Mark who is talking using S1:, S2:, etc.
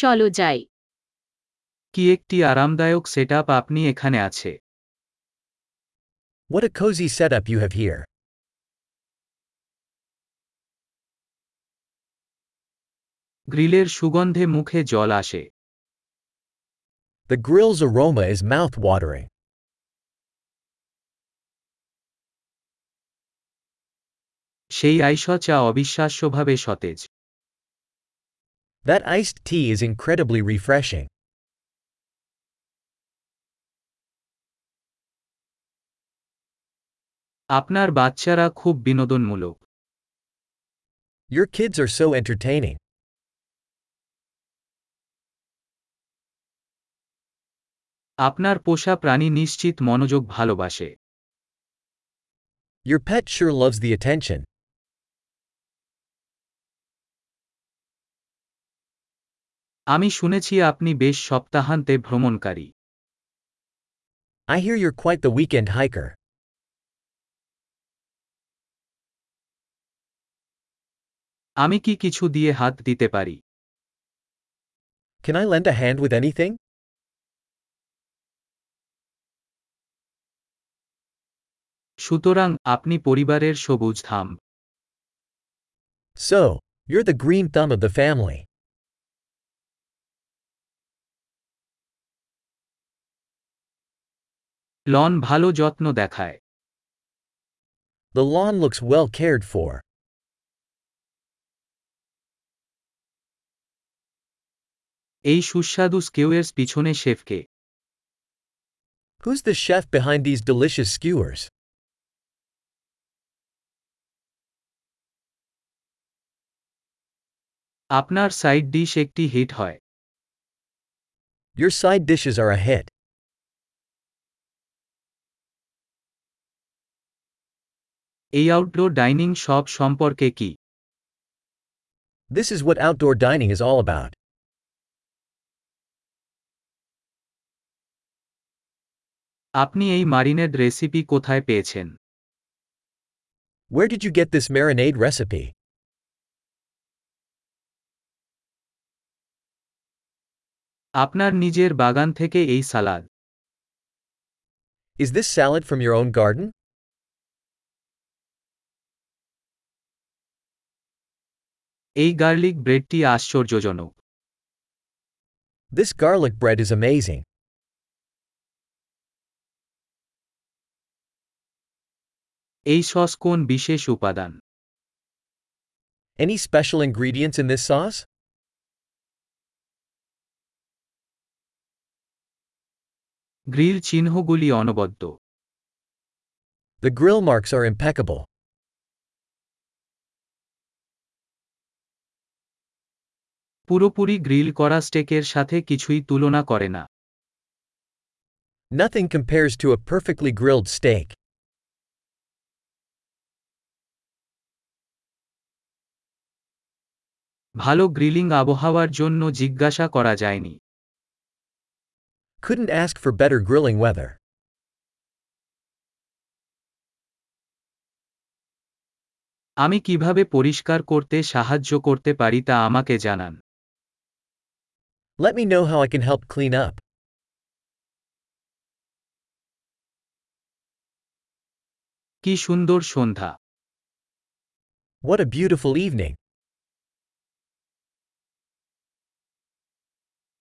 S1: চলো যাই
S2: কি একটি আরামদায়ক সেটআপ আপনি এখানে আছে
S3: What a cozy setup you have here.
S2: গ্রিলের সুগন্ধে মুখে জল আসে
S3: The grill's aroma is mouth-watering.
S2: সেই আইস চা অবিশ্বাস্যভাবে সতেজ
S3: That iced tea is incredibly refreshing.
S2: আপনার বাচ্চারা খুব বিনোদনমূলক
S3: Your kids are so entertaining.
S2: আপনার পোষা প্রাণী নিশ্চিত মনোযোগ ভালোবাসে
S3: Your pet sure loves the attention.
S2: আমি শুনেছি আপনি বেশ সপ্তাহান্তে ভ্রমণকারী
S3: I hear you're quite the weekend hiker.
S2: আমি কি কিছু দিয়ে হাত দিতে পারি
S3: Can I lend a hand with anything?
S2: সুতরাং আপনি পরিবারের সবুজ ধাম
S3: So, you're the green thumb of the family.
S2: Lawn ভালো যত্ন দেখায়
S3: The lawn looks well cared for.
S2: এই সুস্বাদু স্কেওয়ের পিছনে শেফকে
S3: Who's the chef behind these delicious skewers?
S2: আপনার সাইড ডিশ একটি হিট হয়
S3: Your side dishes are a hit.
S2: এই আউটডোর ডাইনিং শপ সম্পর্কে কি
S3: This is what outdoor dining is all about.
S2: আপনি এই মারিনেড রেসিপি কোথায় পেয়েছেন
S3: Where did you get this marinade recipe?
S2: আপনার নিজের বাগান থেকে এই salad
S3: Is this salad from your own garden?
S2: এই গার্লিক ব্রেডটি আশ্চর্যজনক
S3: This garlic bread is amazing.
S2: এই সস কোন বিশেষ উপাদান
S3: Any special ingredients in this sauce?
S2: Grill চিহ্নগুলি অনবদ্য
S3: The grill marks are impeccable.
S2: পুরোপুরি গ্রিল করা স্টেকের সাথে কিছুই তুলনা করে না
S3: Nothing compares to a perfectly grilled steak.
S2: ভালো গ্রিলিং আবহাওয়ার জন্য জিজ্ঞাসা করা যায়নি
S3: Couldn't ask for better grilling weather.
S2: আমি কিভাবে পরিষ্কার করতে সাহায্য করতে পারি তা আমাকে জানান
S3: Let me know how I can help clean up.
S2: কি সুন্দর সন্ধ্যা
S3: What a beautiful evening.